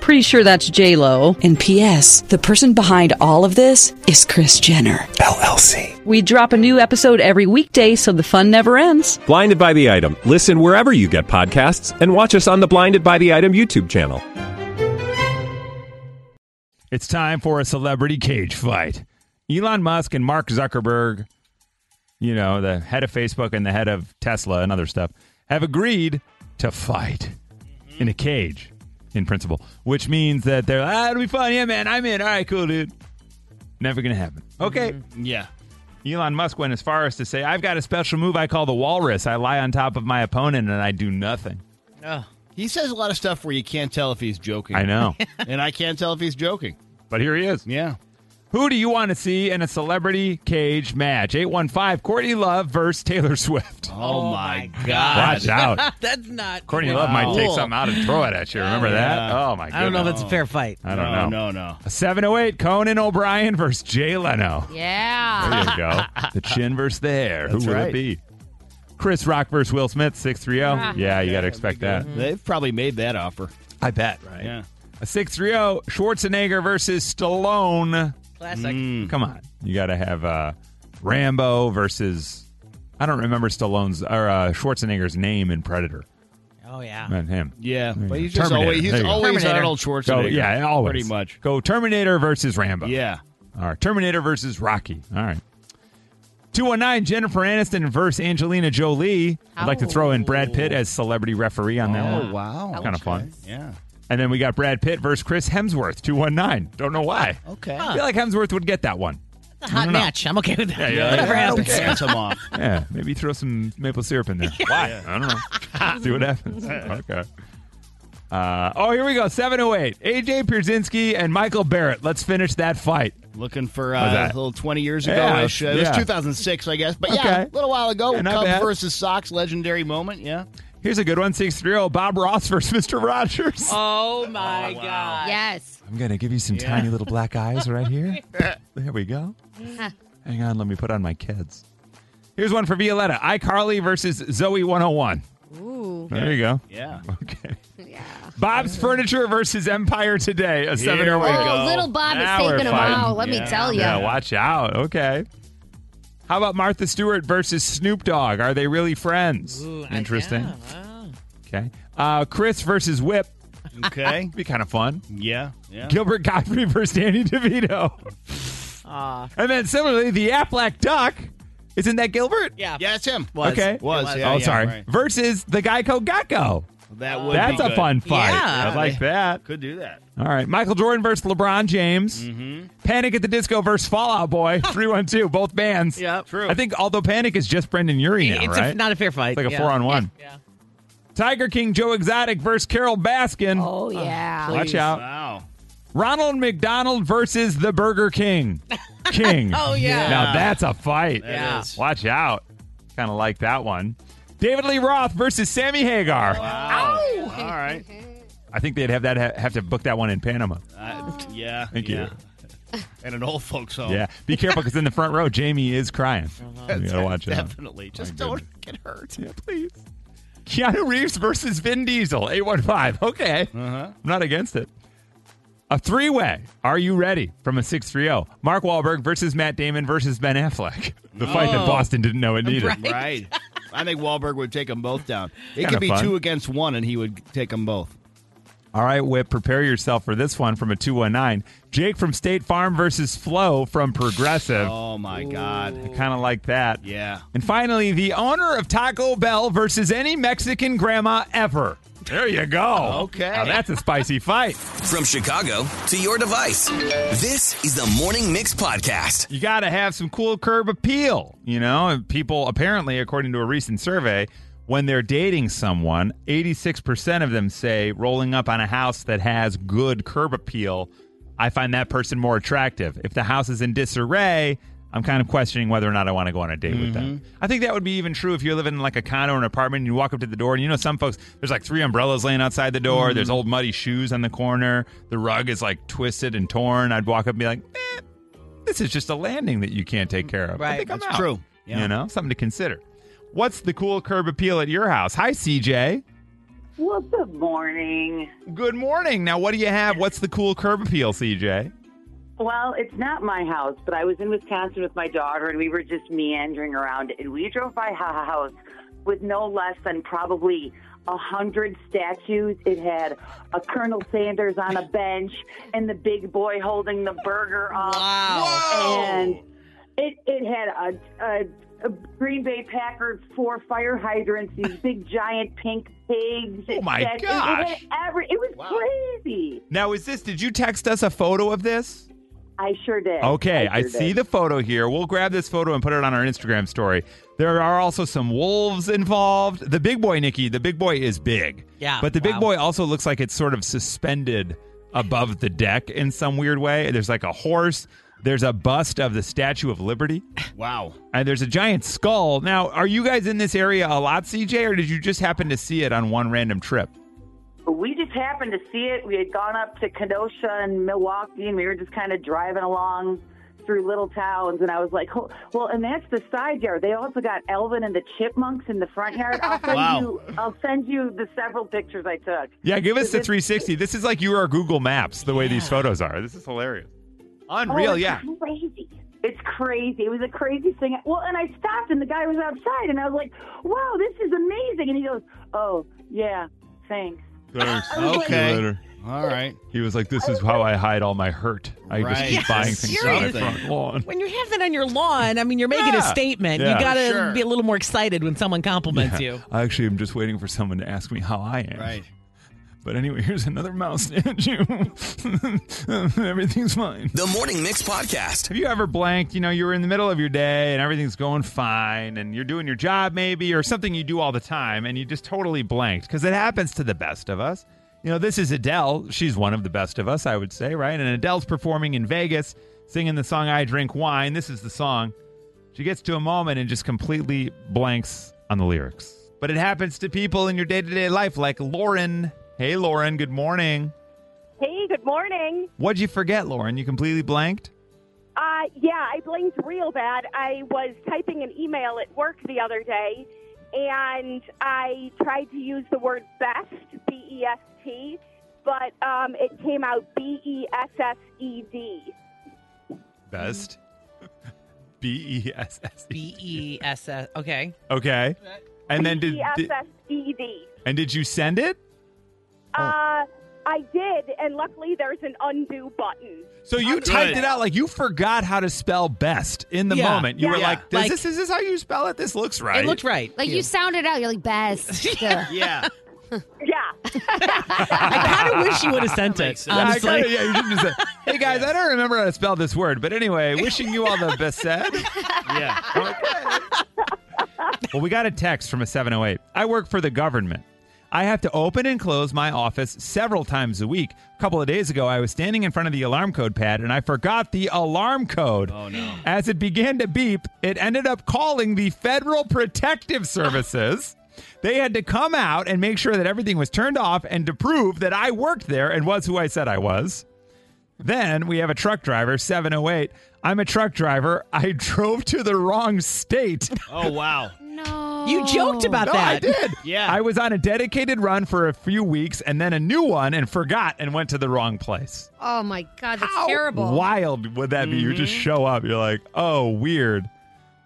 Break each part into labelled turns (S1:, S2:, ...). S1: Pretty sure that's J Lo. And P.S. The person behind all of this is Chris Jenner LLC. We drop a new episode every weekday, so the fun never ends.
S2: Blinded by the item. Listen wherever you get podcasts, and watch us on the Blinded by the Item YouTube channel.
S3: It's time for a celebrity cage fight. Elon Musk and Mark Zuckerberg, you know, the head of Facebook and the head of Tesla and other stuff, have agreed to fight in a cage, in principle, which means that they're, ah, it'll be fun. Yeah, man, I'm in. All right, cool, dude. Never going to happen. Okay.
S4: Yeah.
S3: Elon Musk went as far as to say, I've got a special move I call the walrus. I lie on top of my opponent and I do nothing.
S4: He says a lot of stuff where you can't tell if he's joking.
S3: I know.
S4: And I can't tell if he's joking.
S3: but here he is.
S4: Yeah.
S3: Who do you want to see in a celebrity cage match? 815 Courtney Love versus Taylor Swift.
S4: Oh, my God.
S3: Watch out.
S5: That's not
S3: Courtney Love might take
S5: cool.
S3: something out and throw it at you. Remember that? Oh my god.
S5: I don't know if it's a fair fight.
S3: I don't
S4: no,
S3: know.
S4: No, no.
S3: 708 Conan O'Brien versus Jay Leno.
S6: Yeah.
S3: There you go. the chin versus the hair.
S4: That's
S3: Who will it
S4: right.
S3: be? Chris Rock versus Will Smith,
S5: Ah.
S3: 630. Yeah, you got to expect that.
S5: Mm-hmm.
S4: They've probably made that offer.
S3: I bet, right?
S4: Yeah.
S3: A 630 Schwarzenegger versus Stallone.
S5: Classic.
S4: Hmm.
S3: Come on. You got to have uh, Rambo versus. I don't remember Stallone's or uh, Schwarzenegger's name in Predator.
S5: Oh yeah.
S3: Man, him.
S4: Yeah. But he's just
S3: Terminator.
S4: always,
S3: There
S4: he's
S3: you go.
S4: always
S5: Terminator.
S4: Arnold
S3: Go,
S4: Schwarzenegger.
S3: yeah, always.
S4: Pretty much.
S3: Go Terminator versus Rambo.
S4: Yeah.
S3: All right. Terminator versus Rocky. All right. 219 Jennifer Aniston versus Angelina Jolie. I'd like to throw in Brad Pitt as celebrity referee on that one.
S4: Oh, wow.
S3: Kind of fun.
S4: Yeah.
S3: And then we got Brad Pitt versus Chris Hemsworth, 219. Don't know why.
S4: Okay.
S3: I feel like Hemsworth would get that one.
S5: It's a hot match. I'm okay with that.
S3: yeah,
S5: Whatever
S3: yeah.
S5: happens.
S4: Dance him off.
S3: Yeah, maybe throw some maple syrup in there. Why? I don't know. See what happens. Okay. Uh, oh, here we go. 708. AJ Pierzynski and Michael Barrett. Let's finish that fight.
S4: Looking for
S3: How's
S4: uh,
S3: that?
S4: a little 20 years ago.
S3: Yeah,
S4: it was, uh, it was
S3: yeah.
S4: 2006, I guess. But yeah,
S3: Okay.
S4: a little while ago.
S3: Yeah, not
S4: Cubs
S3: bad.
S4: versus Sox, legendary moment. Yeah.
S3: Here's a good one 630. Bob Ross versus Mr. Rogers.
S5: Oh my god.
S6: Yes.
S3: I'm going to give you some tiny little black eyes right here. there we go. Hang on. Let me put on my kids. Here's one for Violetta iCarly versus Zoe 101.
S6: Ooh.
S3: There you go.
S4: Yeah.
S3: Okay.
S6: Yeah.
S3: Bob's Furniture versus Empire Today. A 7
S4: Here we
S6: Oh,
S4: go.
S6: little Bob
S3: Now
S6: is
S3: we're
S6: taking him
S3: fighting.
S6: out. Let
S4: Yeah.
S6: me
S5: Oh,
S6: tell you.
S3: Yeah, watch out. Okay. How about Martha Stewart versus Snoop Dogg? Are they really friends?
S5: Ooh, I-
S3: Interesting.
S5: yeah, wow.
S3: Okay. Uh, Chris versus Whip.
S4: Okay.
S3: Be kind of fun.
S4: yeah. Yeah.
S3: Gilbert Gottfried versus Danny DeVito.
S5: Aw.
S3: And then similarly, the Aflac Duck Isn't that Gilbert?
S5: Yeah.
S4: Yeah, it's him.
S5: Was.
S3: Okay.
S4: Was,
S5: It
S4: yeah.
S3: Oh, sorry.
S4: right.
S3: Versus the Geico Gecko.
S4: That would
S3: That's
S4: be
S3: a
S4: good.
S3: fun fight.
S5: Yeah.
S3: I like that.
S4: Could do that.
S3: All right. Michael Jordan versus LeBron James.
S5: Mm-hmm.
S3: Panic at the Disco versus Fallout Boy. 312, both bands.
S5: Yep.
S4: True.
S3: I think although Panic is just Brendan Urie now,
S5: it's
S3: right?
S5: a, not a fair fight.
S3: It's like a
S5: Yeah.
S3: four on one.
S5: Yeah.
S3: Tiger King Joe Exotic versus Carol Baskin.
S6: Oh yeah.
S3: Watch out.
S4: Wow.
S3: Ronald McDonald versus the Burger King. King.
S5: Oh, yeah.
S3: Now that's a fight.
S5: Yeah.
S4: is.
S3: Watch out. Kind of like that one. David Lee Roth versus Sammy Hagar.
S4: Wow. All right.
S3: I think they'd have that have to book that one in Panama.
S4: Uh, yeah.
S3: Thank
S4: yeah.
S3: you.
S4: And an old folks home.
S3: Yeah, be careful because in the front row, Jamie is crying. you gotta watch out.
S4: Uh-huh. Definitely. Just don't get hurt.
S3: Yeah, please. Keanu Reeves versus Vin Diesel, eight one five. Okay,
S4: Uh-huh.
S3: I'm not against it. A three way. Are you ready? From a six three zero. Mark Wahlberg versus Matt Damon versus Ben Affleck. The fight that Boston didn't know it needed.
S4: Oh. Right. I think Wahlberg would take them both down. It
S3: Kinda
S4: could be
S3: fun.
S4: two against one, and he would take them both.
S3: All right, Whip, prepare yourself for this one from a two one nine. Jake from State Farm versus Flo from Progressive.
S4: Oh my God.
S3: Kind of like that.
S4: Yeah.
S3: And finally, the owner of Taco Bell versus any Mexican grandma ever. There you go.
S4: Okay.
S3: Now that's a spicy fight.
S7: From Chicago to your device, this is the Morning Mix Podcast.
S3: You got to have some cool curb appeal. You know, And people apparently, according to a recent survey, when they're dating someone, 86% of them say rolling up on a house that has good curb appeal, I find that person more attractive. If the house is in disarray, I'm kind of questioning whether or not I want to go on a date with them. I think that would be even true if you're living in like a condo or an apartment and you walk up to the door and you know some folks there's like three umbrellas laying outside the door, there's old muddy shoes on the corner, the rug is like twisted and torn. I'd walk up and be like, eh, this is just a landing that you can't take care of. I
S5: Right.
S3: think I'm
S4: That's
S3: out.
S4: true. Yeah.
S3: You know, something to consider. What's the cool curb appeal at your house? Hi, CJ.
S8: Well, good morning.
S3: Good morning. Now, what do you have? What's the cool curb appeal, CJ?
S8: Well, it's not my house, but I was in Wisconsin with my daughter, and we were just meandering around, and we drove by a house with no less than probably a hundred statues. It had a Colonel Sanders on a bench, and the big boy holding the burger up.
S5: Wow.
S8: and it it had a, a, a Green Bay Packard four fire hydrants, these big giant pink pigs.
S3: Oh, my
S8: It- it- It,
S3: gosh.
S8: had every, it was crazy.
S3: Now, is this, did you text us a photo of this?
S8: I sure did.
S3: Okay, I
S8: sure
S3: see
S8: did.
S3: the photo here. We'll grab this photo and put it on our Instagram story. There are also some wolves involved. The big boy, Nikki, the big boy is big.
S5: Yeah,
S3: But the big
S5: wow.
S3: boy also looks like it's sort of suspended above the deck in some weird way. There's like a horse, there's a bust of the Statue of Liberty,
S4: Wow.
S3: and there's a giant skull. Now, are you guys in this area a lot, CJ, or did you just happen to see it on one random trip?
S8: We just happened to see it. We had gone up to Kenosha and Milwaukee, and we were just kind of driving along through little towns. And I was like, oh, "Well, and that's the side yard. They also got Elvin and the Chipmunks in the front yard." I'll send
S4: Wow.
S8: you. I'll send you the several pictures I took.
S3: Yeah, give us the
S8: Is it-
S3: 360. This is like you are Google Maps, the way these photos are. This is hilarious. Unreal,
S8: Oh, it's
S3: yeah.
S8: Crazy. It's crazy. It was a crazy thing. Well, and I stopped, and the guy was outside, and I was like, "Wow, this is amazing!" And he goes, "Oh, yeah, thanks."
S3: Thanks.
S4: Okay. All right.
S3: He was like, "This is how I hide all my hurt. I just
S4: Right.
S3: keep
S4: Yes,
S3: buying things on my
S4: seriously.
S3: front lawn."
S5: When you have that on your lawn, I mean, you're making
S3: Yeah.
S5: a statement.
S3: Yeah.
S5: You got to
S4: Sure.
S5: be a little more excited when someone compliments you.
S3: I actually am just waiting for someone to ask me how I am.
S4: Right.
S3: But anyway, here's another mouse statue. Everything's fine.
S7: The Morning Mix Podcast.
S3: Have you ever blanked? You know, you were in the middle of your day and everything's going fine and you're doing your job maybe or something you do all the time and you just totally blanked because it happens to the best of us. You know, this is Adele. She's one of the best of us, I would say, right? And Adele's performing in Vegas singing the song I Drink Wine. This is the song. She gets to a moment and just completely blanks on the lyrics. But it happens to people in your day to day life like Lauren. Hey, Lauren, good morning.
S9: Hey, good morning.
S3: What'd you forget, Lauren? You completely blanked?
S9: Uh, yeah, I blinked real bad. I was typing an email at work the other day, and I tried to use the word best, B E S T, but um, it came out B E S S E D.
S3: Best. B E S S E.
S5: B E S S. Okay.
S3: Okay. And then did,
S9: B E S
S3: did
S9: S E D.
S3: and did you send it?
S9: Uh, I did, and luckily there's an undo button.
S3: So you typed it out like you forgot how to spell best in the
S5: Yeah.
S3: moment. You were
S5: Yeah.
S3: like, "Does
S5: Like-
S3: this is this how you spell it? This looks right."
S5: It looked right.
S6: Like you sounded out. You're like best.
S4: yeah.
S5: I kind of wish you would have sent it. Honestly.
S3: I, kinda- yeah, you shouldn't have said, hey guys, I don't remember how to spell this word, but anyway, wishing you all the best. Said.
S4: Yeah.
S3: Well, we got a text from a 708. I work for the government. I have to open and close my office several times a week. A couple of days ago, I was standing in front of the alarm code pad and I forgot the alarm code. Oh, no. As it began to beep, it ended up calling the Federal Protective Services. They had to come out and make sure that everything was turned off and to prove that I worked there and was who I said I was. Then we have a truck driver, 708. I'm a truck driver. I drove to the wrong state.
S4: Oh wow.
S6: No.
S5: You joked about
S3: No,
S5: that.
S3: I did.
S4: Yeah.
S3: I was on a dedicated run for a few weeks and then a new one and forgot and went to the wrong place.
S6: Oh my god, that's
S3: How
S6: terrible.
S3: wild would that be? You just show up. You're like, oh, weird.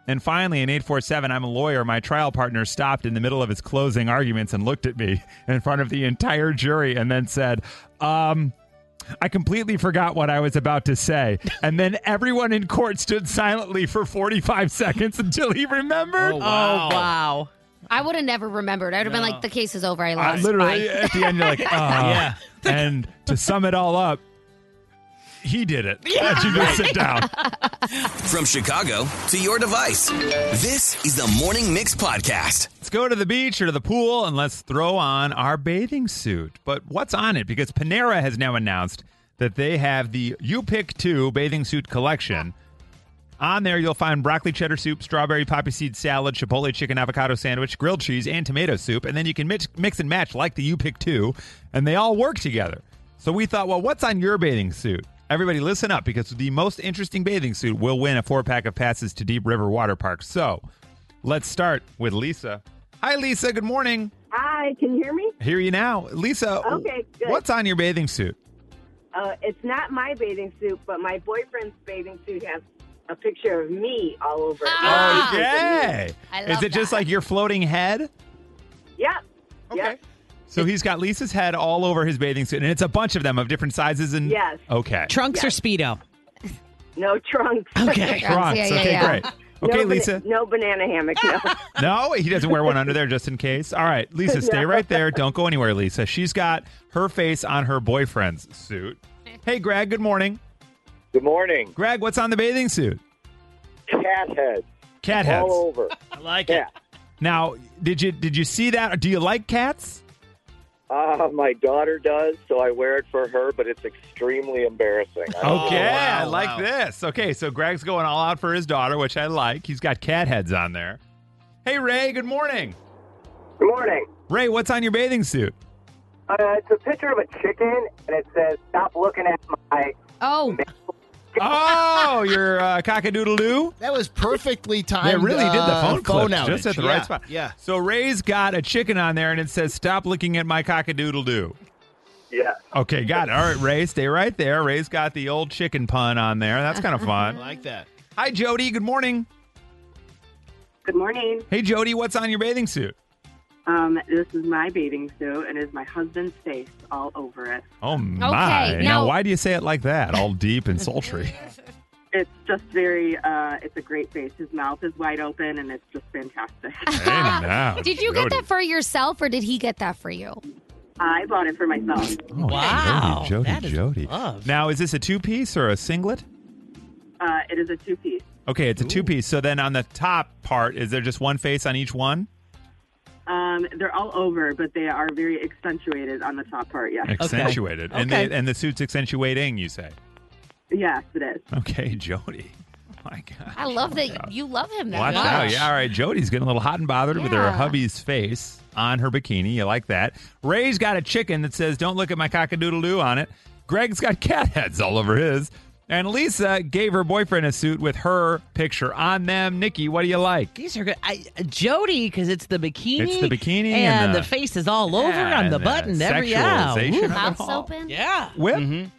S3: And finally, in 847, I'm a lawyer. My trial partner stopped in the middle of his closing arguments and looked at me in front of the entire jury and then said, um, I completely forgot what I was about to say. And then everyone in court stood silently for 45 seconds until he remembered.
S5: Oh wow.
S6: I would have never remembered. I would have been like, the case is over. I
S3: I
S6: lost.
S3: literally at the end you're like, oh. yeah. And to sum it all up, he did it. Yeah. you just sit down.
S7: From Chicago to your device, this is the Morning Mix Podcast.
S3: Let's go to the beach or to the pool and let's throw on our bathing suit. But what's on it? Because Panera has now announced that they have the You Pick Two bathing suit collection. On there, you'll find broccoli cheddar soup, strawberry poppy seed salad, chipotle chicken avocado sandwich, grilled cheese, and tomato soup. And then you can mix, mix and match like the You Pick Two, and they all work together. So we thought, well, what's on your bathing suit? Everybody, listen up because the most interesting bathing suit will win a four pack of passes to Deep River Water Park. So let's start with Lisa. Hi, Lisa. Good morning.
S9: Hi, can you hear me?
S3: Hear you now. Lisa,
S9: Okay, good.
S3: what's on your bathing suit?
S9: Uh, it's not my bathing suit, but my boyfriend's bathing suit has a picture of me all over it.
S3: Oh,
S6: Ah.
S3: Okay.
S6: I
S3: Is
S6: love
S3: it just
S6: that.
S3: like your floating head?
S9: Yep. Yep.
S3: So he's got Lisa's head all over his bathing suit, and it's a bunch of them of different sizes and.
S9: Yes.
S3: Okay.
S5: Trunks or speedo?
S9: No trunks.
S5: Okay.
S3: Trunks.
S6: Yeah, yeah,
S3: okay,
S6: yeah.
S3: great. Okay,
S9: no, ba-
S3: Lisa.
S9: No banana hammock. No.
S3: No, he doesn't wear one under there just in case. All right, Lisa, stay right there. Don't go anywhere, Lisa. She's got her face on her boyfriend's suit. Hey, Greg, good morning.
S10: Good morning.
S3: Greg, what's on the bathing suit?
S10: Cat heads.
S3: Cat heads.
S10: All
S9: Oh.
S10: over.
S4: I like
S10: Yeah.
S3: Now, did you did you see that? Do you like cats?
S10: Uh, my daughter does, so I wear it for her, but it's extremely embarrassing.
S9: Oh,
S10: I-
S3: Okay,
S4: wow,
S3: I like
S4: wow.
S3: this. Okay, so Greg's going all out for his daughter, which I like. He's got cat heads on there. Hey, Ray, good morning.
S10: Good morning.
S3: Ray, what's on your bathing suit?
S10: Uh, it's a picture of a chicken, and it says, Stop looking at my.
S6: Oh,
S3: Oh, your uh, cockadoodle-doo?
S4: That was perfectly timed.
S3: They really did the
S4: uh,
S3: phone, clip
S4: outage.
S3: just at the
S4: yeah,
S3: right spot.
S4: Yeah.
S3: So Ray's got a chicken on there, and it says, "Stop looking at my cockadoodle-doo."
S10: Yeah.
S3: Okay, got it. All right, Ray, stay right there. Ray's got the old chicken pun on there. That's kind of
S4: I
S3: fun.
S4: like that.
S3: Hi, Jody. Good morning.
S9: Good morning.
S3: Hey, Jody, what's on your bathing suit?
S9: Um, this is my bathing suit, and is my husband's face all over it.
S3: Oh my!
S6: Okay,
S3: now,
S6: now-
S3: why do you say it like that? All deep and sultry.
S9: It's just very. Uh, it's a great face. His mouth is wide open, and it's just fantastic.
S3: hey, now,
S6: did you get
S3: Jody.
S6: that for yourself, or did he get that for you?
S9: I bought it for myself.
S3: Oh,
S5: Wow,
S3: Jody,
S5: that
S3: Jody,
S5: is
S3: Jody.
S5: love.
S3: Now, is this a two-piece or a singlet?
S9: Uh, it is a two piece.
S3: Okay, it's a two-piece. So then, on the top part, is there just one face on each one?
S9: Um, they're all over, but they are very accentuated on the top part. Yes,
S3: Accentuated, and
S5: Okay.
S3: the, and the suit's accentuating. You say,
S9: yes, it is.
S3: okay, Jody. My God,
S6: I love that you love him that
S3: watch
S6: much.
S3: out! Yeah, all right, Jody's getting a little hot and bothered with her
S6: Yeah.
S3: hubby's face on her bikini. You like that? Ray's got a chicken that says "Don't look at my cockadoodle doo" on it. Greg's got cat heads all over his, and Lisa gave her boyfriend a suit with her picture on them. Nikki, what do you like?
S5: These are good. I, Jody, because it's the bikini.
S3: It's the bikini
S5: and,
S3: and the-
S5: the, face is all over on
S3: and
S5: the
S3: the
S5: button. Every yeah.
S3: sexualization of
S5: Ooh.
S3: it
S6: Mouth's
S3: all.
S6: open.
S5: Yeah.
S3: Whip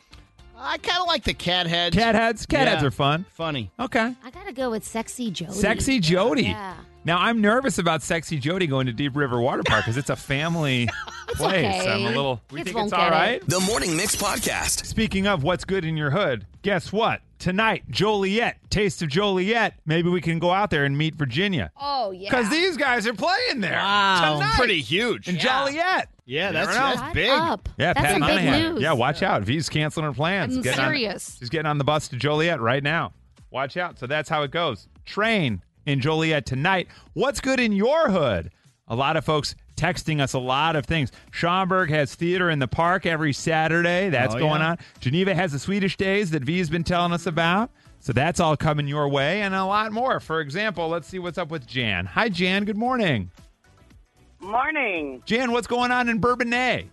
S4: I kind of like the cat heads.
S3: cat heads. Cat
S4: Yeah.
S3: heads are fun.
S4: Funny.
S3: Okay.
S6: I gotta go with sexy Jody.
S3: Sexy Jody.
S6: Oh, Yeah.
S3: Now I'm nervous about Sexy Jody going to Deep River Water Park because it's a family place. I'm a little. We think it's all right.
S7: The Morning Mix Podcast.
S3: Speaking of what's good in your hood, guess what? Tonight, Joliet, Taste of Joliet. Maybe we can go out there and meet Virginia.
S6: Oh yeah.
S3: Because these guys are playing there.
S5: Wow.
S3: Tonight.
S4: Pretty huge.
S3: And
S4: Yeah.
S3: Joliet.
S4: Yeah,
S3: You
S4: that's,
S3: never know.
S4: that's big.
S6: Up.
S3: Yeah,
S6: That's
S3: Pat
S6: some big
S3: Monahan.
S6: news.
S3: Yeah, watch out. V's canceling her plans.
S6: I'm
S3: Getting on-
S6: serious.
S3: she's getting on the bus to Joliet right now. Watch out. So that's how it goes. Train in Joliet tonight. What's good in your hood? A lot of folks texting us a lot of things. Schaumburg has theater in the park every Saturday. That's
S4: Oh,
S3: going
S4: yeah.
S3: on. Geneva has the Swedish days that V's been telling us about. So that's all coming your way and a lot more. For example, let's see what's up with Jan. Hi, Jan. Good morning.
S11: Morning.
S3: Jan, what's going on in Bourbonnais?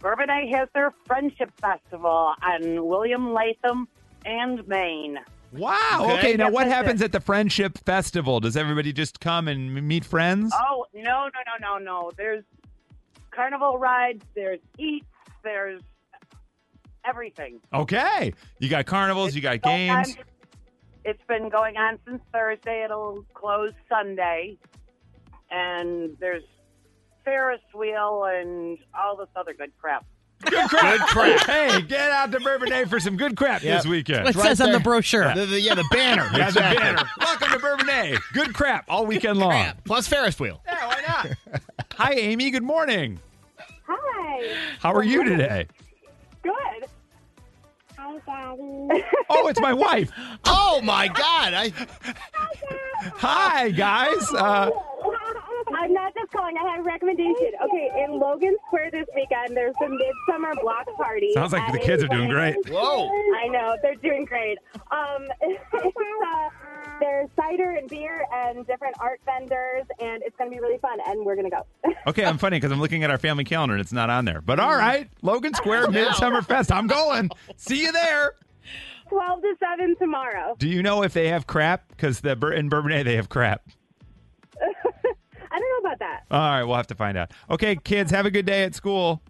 S11: Bourbonnais has their Friendship Festival on William Latham and Maine.
S3: Wow. Okay. now, what happens at the Friendship Festival? Does everybody just come and m- meet friends?
S11: Oh, no, no, no, no, no. There's carnival rides, there's eats, there's everything.
S3: Okay. You got carnivals. You got games.
S11: Sometimes It's been going on since Thursday. It'll close Sunday. And there's Ferris wheel and all this other good crap.
S3: Good crap. good crap. Hey, get out to Bourbonnais for some good crap this weekend.
S5: What says on the brochure?
S3: Yeah,
S4: The- the- yeah, the banner.
S3: Yeah,
S4: Exactly.
S3: the banner. Welcome to Bourbonnais. Good crap all weekend long.
S4: Plus Ferris wheel.
S3: Yeah, why not? Hi, Amy. Good morning.
S12: Hi.
S3: How are you today?
S12: Good. Hi, Daddy.
S3: Oh, it's my wife.
S4: Oh my God! I
S3: Hi, guys. Uh,
S12: I'm not just calling. I have a recommendation. Okay, in Logan Square this weekend, there's the Midsummer Block Party.
S3: Sounds like the
S12: And
S3: kids are doing great.
S4: Whoa.
S12: I know they're doing great. Um, it's, uh, there's cider and beer and different art vendors, and it's going to be really fun. And we're going to go.
S3: okay, I'm funny because I'm looking at our family calendar and it's not on there. But all right, Logan Square Midsummer Fest. I'm going. See you there.
S12: Twelve to seven tomorrow.
S3: Do you know if they have crap? Because the Bur- in Bourbonnais they have crap.
S12: I don't know about that.
S3: All right, we'll have to find out. Okay, kids, have a good day at school.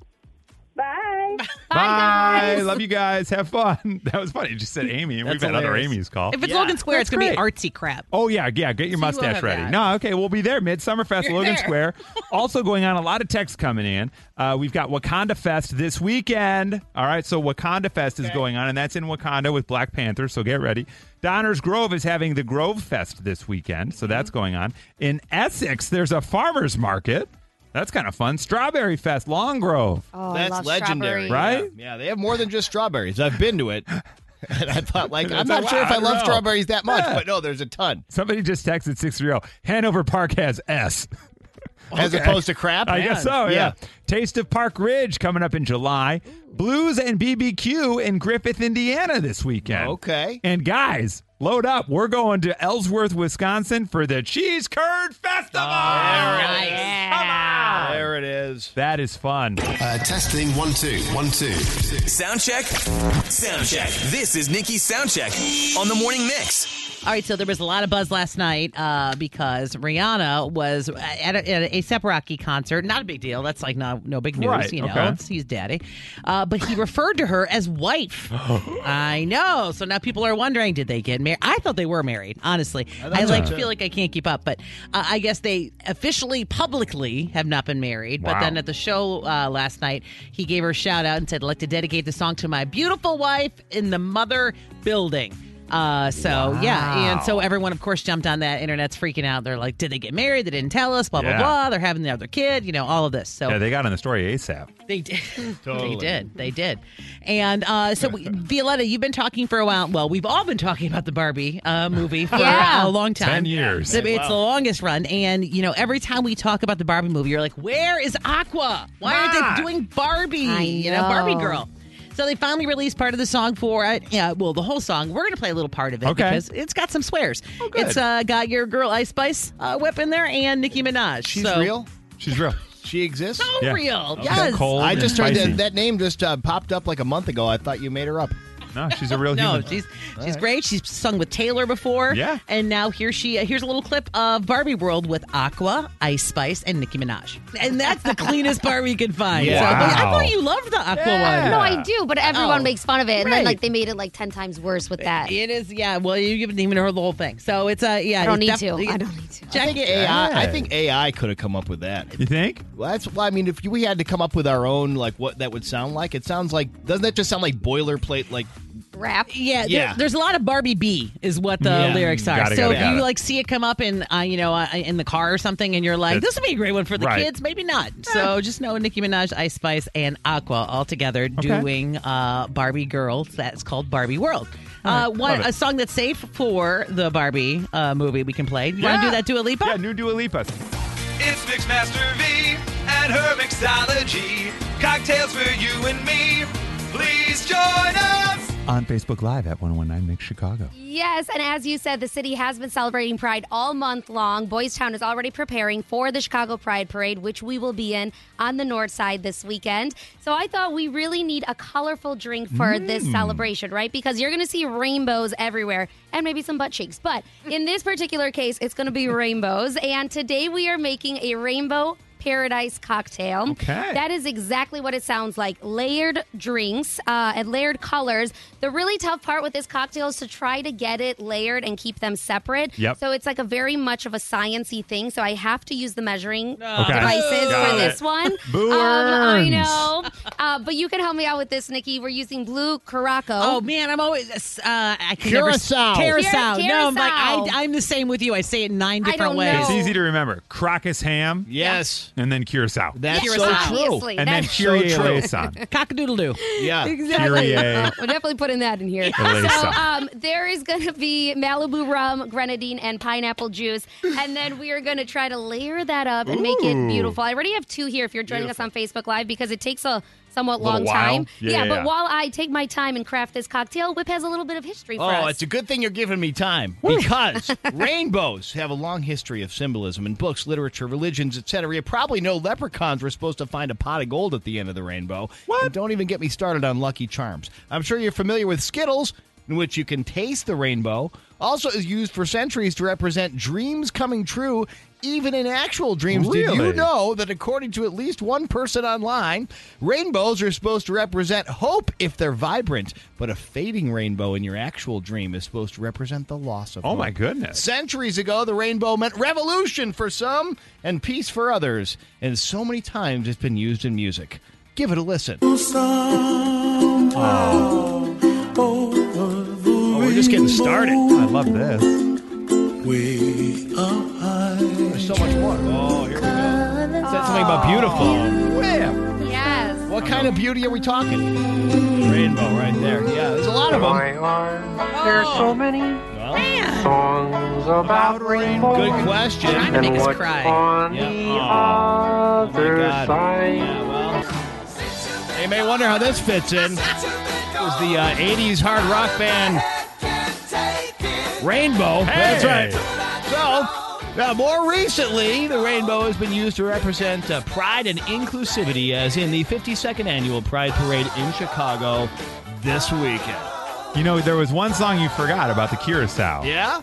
S12: Bye.
S3: Bye. Love you guys. Have fun. That was funny. You just said Amy, and we've had other
S5: hilarious.
S3: Amy's call.
S5: If it's Logan Square, it's
S3: That's
S5: going to be
S3: great.
S5: artsy crap.
S3: Oh yeah, yeah. Get your
S5: So you will
S3: mustache
S5: have
S3: ready.
S5: that.
S3: No, okay, we'll be there. Midsummer Fest,
S5: You're
S3: Logan
S5: there.
S3: Square. also going on a lot of texts coming in. Uh, we've got Wakanda Fest this weekend. All right, so Wakanda Fest is going on, and that's in Wakanda with Black Panther. So get ready. Donner's Grove is having the Grove Fest this weekend, so
S5: Mm-hmm.
S3: that's going on. In Essex, there's a farmers market. That's kind of fun. Strawberry Fest, Long Grove.
S4: Oh, that's legendary,
S3: right?
S4: Yeah. yeah, they have more than just strawberries. I've been to it, and I thought, like, I'm
S3: It's
S4: not
S3: like,
S4: sure
S3: wow,
S4: if I,
S3: I don't
S4: love
S3: know.
S4: strawberries that much,
S3: Yeah.
S4: but no, there's a ton.
S3: Somebody just texted 630. Hanover Park has S.
S4: As
S3: Okay.
S4: opposed to crap,
S3: I guess so, yeah. Taste of Park Ridge coming up in July. Blues and BBQ in Griffith, Indiana this weekend.
S4: Okay.
S3: And guys, load up. We're going to Ellsworth, Wisconsin for the Cheese Curd Festival.
S4: There it is.
S3: That is fun.
S13: Uh, testing one two one two.
S7: Sound check. Sound check. This is Nikki's sound check on the Morning Mix.
S5: All right, so there was a lot of buzz last night uh, because Rihanna was at, a, at a ASAP Rocky concert. Not a big deal. That's like no no big news,
S14: Right,
S5: you know.
S14: okay.
S5: It's- He's daddy, uh, but he referred to her as wife. I know. So now people are wondering, did they get married? I thought they were married. Honestly,
S14: I thought
S5: I
S14: so,
S5: like
S14: too.
S5: feel like I can't keep up, but uh, I guess they officially, publicly have not been married. But
S14: Wow.
S5: then at the show uh, last night, he gave her a shout out and said, "I'd "Like to dedicate the song to my beautiful wife in the mother building." Uh, so yeah, and so everyone, of course, jumped on that. Internet's freaking out. They're like, "Did they get married? They didn't tell us." Blah blah
S3: Yeah.
S5: blah. They're having the other kid. You know, all of this. So
S3: Yeah, they got on the story ASAP.
S5: they did.
S3: Totally.
S5: They did. They did. And uh, so, we- Violetta, you've been talking for a while. Well, we've all been talking about the Barbie uh, movie for
S14: Yeah.
S5: a long time.
S14: 10 years.
S5: It's
S14: Wow.
S5: the longest run. And, you know, every time we talk about the Barbie movie, you're like, where is Aqua? Why aren't they doing Barbie?
S14: I
S5: You know, Barbie
S14: know.
S5: girl. So they finally released part of the song for it. Yeah, well, the whole song. We're going to play a little part of it
S14: Okay. Oh,
S5: because it's got some swears. it's uh, got your girl Ice Spice uh, whip in there and Nicki Minaj.
S4: She's
S5: So-
S4: real.
S3: She's real.
S4: She exists.
S5: So Yeah. real, Okay. yes. Cold
S4: I
S5: and
S4: just heard
S5: spicy.
S4: that, that name just uh, popped up like a month ago. I thought you made her up.
S3: No, she's a real
S5: no, she's she's great. She's sung with Taylor before.
S4: Yeah.
S5: And now here she uh, here's a little clip of Barbie World with Aqua, Ice Spice, and Nicki Minaj. And that's the cleanest Barbie you can find. So I thought- I
S3: Wow.
S5: thought you loved the Aqua one.
S6: No, I do, but everyone
S5: Oh.
S6: makes fun of it, and
S5: Right.
S6: then like they made it like ten times worse with that.
S5: It is, yeah. Well, you haven't even heard the whole thing, so it's a uh, yeah.
S6: I don't
S5: it's
S6: need to.
S5: definitely-
S6: I don't need to.
S5: Check it.
S4: AI, I think AI could have come up with that.
S3: You think?
S4: Well, that's well, I mean, if we had to come up with our own, like what that would sound like, it sounds like doesn't that just sound like boilerplate? Like
S5: rap. Yeah, there-
S4: Yeah.
S5: there's a lot of Barbie B is what the
S4: Yeah.
S5: lyrics are.
S4: Got it,
S5: so
S4: got it,
S5: if
S4: got
S5: you
S4: it.
S5: like see it come up in uh, you know uh, in the car or something, and you're like,
S3: It's-
S5: this would be a great one for the
S3: Right.
S5: kids, maybe not. So just know Nicki Minaj, Ice Spice, and Aqua all together doing uh, Barbie Girl. That's called Barbie World.
S3: All right,
S5: Uh, one
S3: love it.
S5: a song that's safe for the Barbie uh, movie we can play. You want to do that, Dua Lipa? Yeah,
S3: new Dua Lipa.
S14: It's Mixmaster V and her mixology. Cocktails for you and me. Please join us.
S3: On Facebook Live at 119 Mix Chicago.
S6: Yes, and as you said, the city has been celebrating Pride all month long. Boys Town is already preparing for the Chicago Pride Parade, which we will be in on the north side this weekend. So I thought we really need a colorful drink for this
S15: Mm.
S6: celebration, right? Because you're going to see rainbows everywhere and maybe some butt cheeks. But in this particular case, it's going to be rainbows. And today we are making a rainbow paradise cocktail.
S15: Okay.
S6: That is exactly what it sounds like. Layered drinks uh, and layered colors. The really tough part with this cocktail is to try to get it layered and keep them separate.
S15: Yep.
S6: So it's like a very much of a sciency thing. So I have to use the measuring
S15: Okay.
S6: devices
S15: Got
S6: for
S15: it.
S6: this one. Um,
S15: Boo
S6: I
S15: worms.
S6: know. Uh, but you can help me out with this, Nikki. We're using blue Caraco.
S5: Oh man, I'm always uh, I can
S6: Curacao.
S5: Never,
S6: Cura-
S5: Curacao. No, I'm like I,
S6: Curacao.
S5: I'm the same with you. I say it nine different ways.
S3: It's easy to remember. Crocus ham. Yes. And then curacao.
S4: That's
S5: so Curacao. true. Obviously,
S3: And then
S5: that's so
S3: Kyrie
S5: true.
S3: Eleison.
S5: Cockadoodle doo.
S3: Yeah.
S6: Exactly. We're definitely putting that in here.
S3: Elisa.
S6: So um, there is going to be Malibu rum, grenadine, and pineapple juice. And then we are going to try to layer that up and make it
S15: Ooh.
S6: beautiful. I already have two here if you're joining us on Facebook Live because it takes a somewhat
S4: Little
S6: long
S4: while.
S6: time.
S4: Yeah, yeah,
S6: but
S4: yeah.
S6: while I take my time and craft this cocktail, Whip has a little bit of history for
S4: Oh,
S6: us.
S4: it's a good thing you're giving me time because rainbows have a long history of symbolism in books, literature, religions, etc. You probably know leprechauns were supposed to find a pot of gold at the end of the rainbow. What? And don't even get me started on Lucky Charms. I'm sure you're familiar with Skittles, in which you can taste the rainbow. Also, is used for centuries to represent dreams coming true. Even in actual dreams, did you
S3: Really?
S4: know that according to at least one person online, rainbows are supposed to represent hope if they're vibrant, but a fading rainbow in your actual dream is supposed to represent the loss of
S3: Oh,
S4: hope.
S3: my goodness.
S4: Centuries ago, the rainbow meant revolution for some and peace for others, and so many times it's been used in music. Give it a listen. Oh, we're just getting started. I love this. Way up high. There's so much more. Oh, here we go. Said something about beautiful. Yeah.
S6: Yes.
S4: What kind of beauty are we talking? Rainbow right there. Yeah, there's a lot of them.
S15: There's
S3: Oh.
S15: so many songs about rainbow.
S4: Good question. Oh,
S15: Trying to make us cry. On the other side.
S4: You may wonder how this fits in. It was the uh, 80s hard rock band Rainbow. That's right. So, uh, more recently, the rainbow has been used to represent uh, pride and inclusivity, as in the 52nd annual Pride Parade in Chicago this weekend.
S3: You know, there was one song you forgot about the curacao.
S4: Yeah?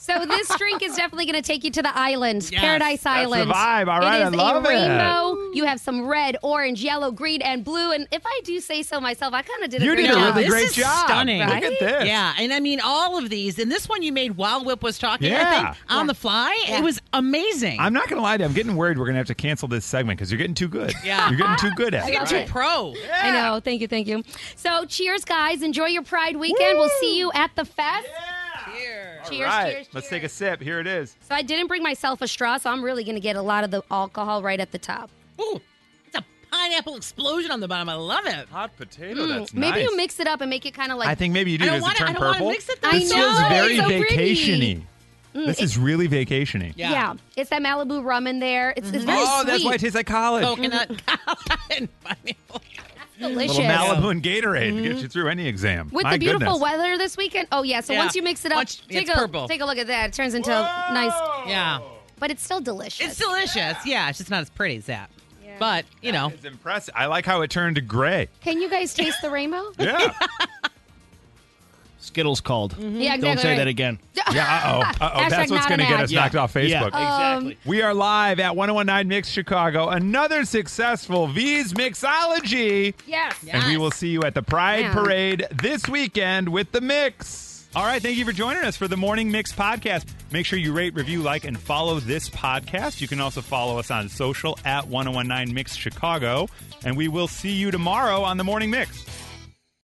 S6: So this drink is definitely going to take you to the island,
S3: Yes,
S6: Paradise
S3: that's the
S6: Island.
S3: vibe. All right,
S6: it
S3: I
S6: is
S3: love
S6: a
S3: it.
S6: rainbow. You have some red, orange, yellow, green, and blue. And if I do say so myself, I kind of did a
S3: You
S6: great
S3: did a
S6: job.
S3: really great
S5: this is
S3: job.
S5: Stunning.
S3: Look at this.
S5: Yeah, and I mean all of these, and this one you made while Whip was talking. I
S3: Yeah.
S5: think on the fly, it was amazing.
S3: I'm not going to lie to you. I'm getting worried we're going to have to cancel this segment because you're getting too good.
S6: Yeah.
S3: You're getting too good at
S6: I
S3: it.
S6: got you.
S5: pro.
S6: I know. Thank you. Thank you. So, cheers, guys. Enjoy your Pride weekend. We'll see you at the fest. Cheers,
S3: right.
S6: cheers,
S3: Let's take a sip. Here it is.
S6: So, I didn't bring myself a straw, so I'm really going to get a lot of the alcohol right at the top.
S5: Ooh, it's a pineapple explosion on the bottom. I love it.
S3: Hot potato.
S6: Mm,
S3: that's
S6: maybe
S3: nice.
S6: you mix it up and make it kind of like.
S3: I think maybe you do. Does it turn
S6: wanna
S3: purple?
S6: though.
S3: This
S6: I know,
S3: feels
S6: it's
S3: very
S6: so pretty.
S3: vacationy.
S6: Mm,
S3: This
S6: it-
S3: is really vacationy.
S6: Yeah. it's that Malibu rum in there. It's, it's very
S3: oh,
S6: sweet.
S3: that's why it tastes like college.
S5: Coconut
S6: Delicious.
S3: Little Malibu and Gatorade to get you through any exam.
S6: Mm-hmm. With
S3: My
S6: the beautiful
S3: goodness.
S6: weather this weekend. Oh yeah, so
S3: Yeah.
S6: once you mix it up,
S5: Once-
S6: take
S5: it's
S6: a
S5: purple.
S6: take a look at that. It turns into a nice.
S5: Yeah,
S6: but it's still delicious.
S5: it's delicious. Yeah, it's just not as pretty as that. But you know,
S3: It's impressive. I like how it turned to gray.
S6: Can you guys taste the rainbow?
S3: Yeah.
S4: Skittles called.
S3: Mm-hmm.
S6: Yeah, exactly
S4: Don't say
S6: right.
S4: that again.
S3: Yeah, uh oh. Uh oh.
S6: Hashtag
S3: That's what's
S6: not
S3: going to
S6: an
S3: get
S6: ad. Oh.
S3: us
S4: Yeah.
S3: knocked off Facebook.
S4: Yeah, Um, exactly.
S3: we are live at 1019 Mix Chicago, another successful V's Mixology.
S6: Yes.
S3: And we will see you at the Pride
S6: Yeah.
S3: Parade this weekend with the Mix. All right, thank you for joining us for the Morning Mix podcast. Make sure you rate, review, like, and follow this podcast. You can also follow us oh on social at 1019 Mix Chicago. And we will see you tomorrow on the Morning Mix.